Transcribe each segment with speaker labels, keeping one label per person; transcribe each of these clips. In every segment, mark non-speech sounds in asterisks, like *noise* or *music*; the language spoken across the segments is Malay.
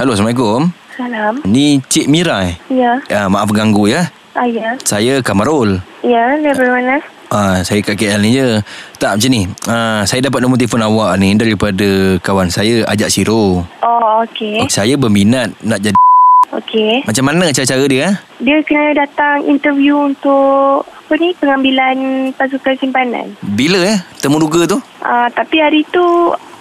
Speaker 1: Halo, Assalamualaikum.
Speaker 2: Salam.
Speaker 1: Ni Cik Mira eh?
Speaker 2: Ya.
Speaker 1: Ah, maaf ganggu ya.
Speaker 2: Ah, ya.
Speaker 1: Saya Kamarul.
Speaker 2: Ya, dari mana?
Speaker 1: Ah, saya kat KL ni je. Tak macam ni. Ah, saya dapat nombor telefon awak ni daripada kawan saya Ajak Siro.
Speaker 2: Oh, okey.
Speaker 1: Saya berminat nak jadi
Speaker 2: Okey.
Speaker 1: Macam mana cara-cara dia? eh?
Speaker 2: Dia kena datang interview untuk apa ni pengambilan pasukan simpanan.
Speaker 1: Bila eh? Temu duga tu?
Speaker 2: Ah, tapi hari tu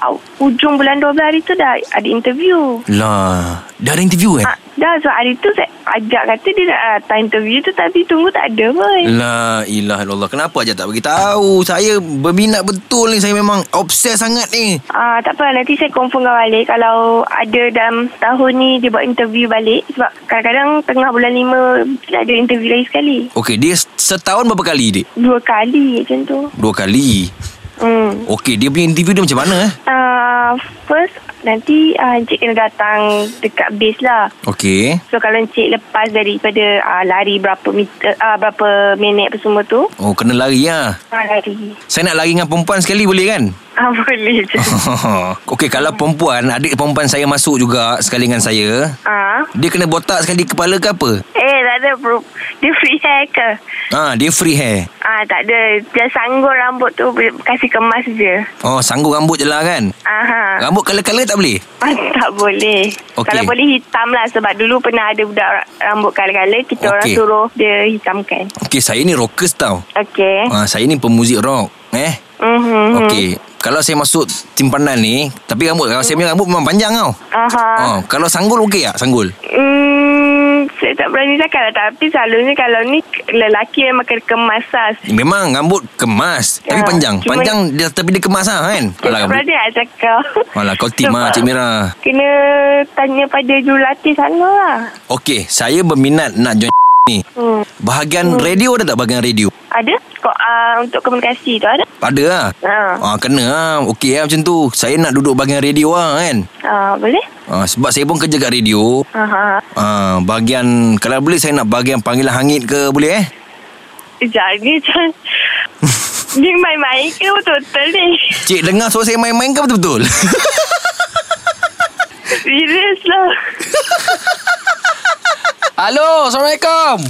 Speaker 2: au- ujung bulan 12 hari tu dah ada interview.
Speaker 1: Lah, dah ada interview eh?
Speaker 2: Ah, dah so hari tu saya ajak kata dia nak datang interview tu tapi tunggu tak ada pun.
Speaker 1: La ilah illallah. Kenapa aja tak bagi tahu? Saya berminat betul ni. Saya memang obses sangat ni.
Speaker 2: Ah, tak apa nanti saya confirmkan balik kalau ada dalam tahun ni dia buat interview balik sebab kadang-kadang tengah bulan 5 mesti ada interview lagi sekali.
Speaker 1: Okey, dia setahun berapa kali dik?
Speaker 2: Dua kali macam tu.
Speaker 1: Dua kali.
Speaker 2: Hmm.
Speaker 1: Okey, dia punya interview dia macam mana eh?
Speaker 2: Uh, first nanti uh, encik kena datang dekat base lah.
Speaker 1: Okey.
Speaker 2: So kalau encik lepas daripada uh, lari berapa meter uh, berapa minit apa semua tu,
Speaker 1: Oh, kena lari lah.
Speaker 2: uh, lari.
Speaker 1: Saya nak lari dengan perempuan sekali boleh kan?
Speaker 2: Ah *laughs* uh, boleh je.
Speaker 1: Okey, kalau perempuan, adik perempuan saya masuk juga sekali dengan saya.
Speaker 2: Ah.
Speaker 1: Dia kena botak sekali kepala ke apa?
Speaker 2: Eh tak ada bro. Dia free hair ke?
Speaker 1: Ah, dia free hair.
Speaker 2: Ah tak ada. Dia sanggul rambut tu boleh kasih kemas je.
Speaker 1: Oh, sanggup rambut je lah kan?
Speaker 2: Aha.
Speaker 1: Rambut color-color tak boleh?
Speaker 2: Ah, tak boleh.
Speaker 1: Okey.
Speaker 2: Kalau boleh hitam lah sebab dulu pernah ada budak ra- rambut kala-kala kita orang
Speaker 1: Okey.
Speaker 2: suruh dia hitamkan.
Speaker 1: Okey, saya ni rockers tau.
Speaker 2: Okey.
Speaker 1: Ah, saya ni pemuzik rock. Eh?
Speaker 2: Mhm.
Speaker 1: Okey. Kalau saya masuk simpanan ni, tapi rambut, kalau saya punya rambut memang panjang tau.
Speaker 2: Aha.
Speaker 1: Ah, kalau sanggul okey tak? Sanggul.
Speaker 2: Hmm, saya tak berani cakap lah Tapi selalunya kalau ni Lelaki memang kena kemas lah
Speaker 1: Memang rambut kemas Tapi
Speaker 2: Ya,
Speaker 1: panjang
Speaker 2: cuma-
Speaker 1: Panjang dia, tapi dia kemas lah kan
Speaker 2: Saya tak berani nak cakap
Speaker 1: Alah kau tim lah Cik Mira
Speaker 2: Kena tanya pada jurulatih sana lah
Speaker 1: Okey Saya berminat nak join *laughs* ni
Speaker 2: hmm.
Speaker 1: Bahagian radio ada tak bahagian radio?
Speaker 2: Ada? Kok, uh, untuk komunikasi tu ada?
Speaker 1: Ada lah
Speaker 2: Ha.
Speaker 1: Ah, kena lah Okey lah macam tu Saya nak duduk bahagian radio lah kan
Speaker 2: Uh, boleh?
Speaker 1: ah, Sebab saya pun kerja kat radio
Speaker 2: Aha.
Speaker 1: ah, Bahagian Kalau boleh saya nak bahagian panggilan hangit ke Boleh eh?
Speaker 2: Sekejap ni
Speaker 1: *laughs*
Speaker 2: macam Ni main-main ke betul-betul ni?
Speaker 1: Cik dengar suara saya main-main ke betul-betul? *laughs*
Speaker 2: Serius lah
Speaker 3: Halo, Assalamualaikum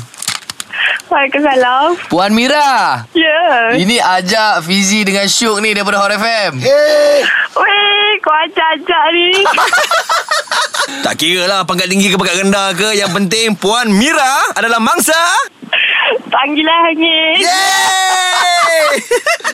Speaker 2: Waalaikumsalam
Speaker 3: Puan Mira
Speaker 2: Ya yeah.
Speaker 3: Ini ajak Fizi dengan Syuk ni daripada Hot FM
Speaker 2: Eh? Weh, kau ajak-ajak ni
Speaker 1: tak kira lah pangkat tinggi ke pangkat rendah ke Yang penting Puan Mira adalah mangsa
Speaker 2: Eh? Panggilan hangit
Speaker 1: Yeay *laughs*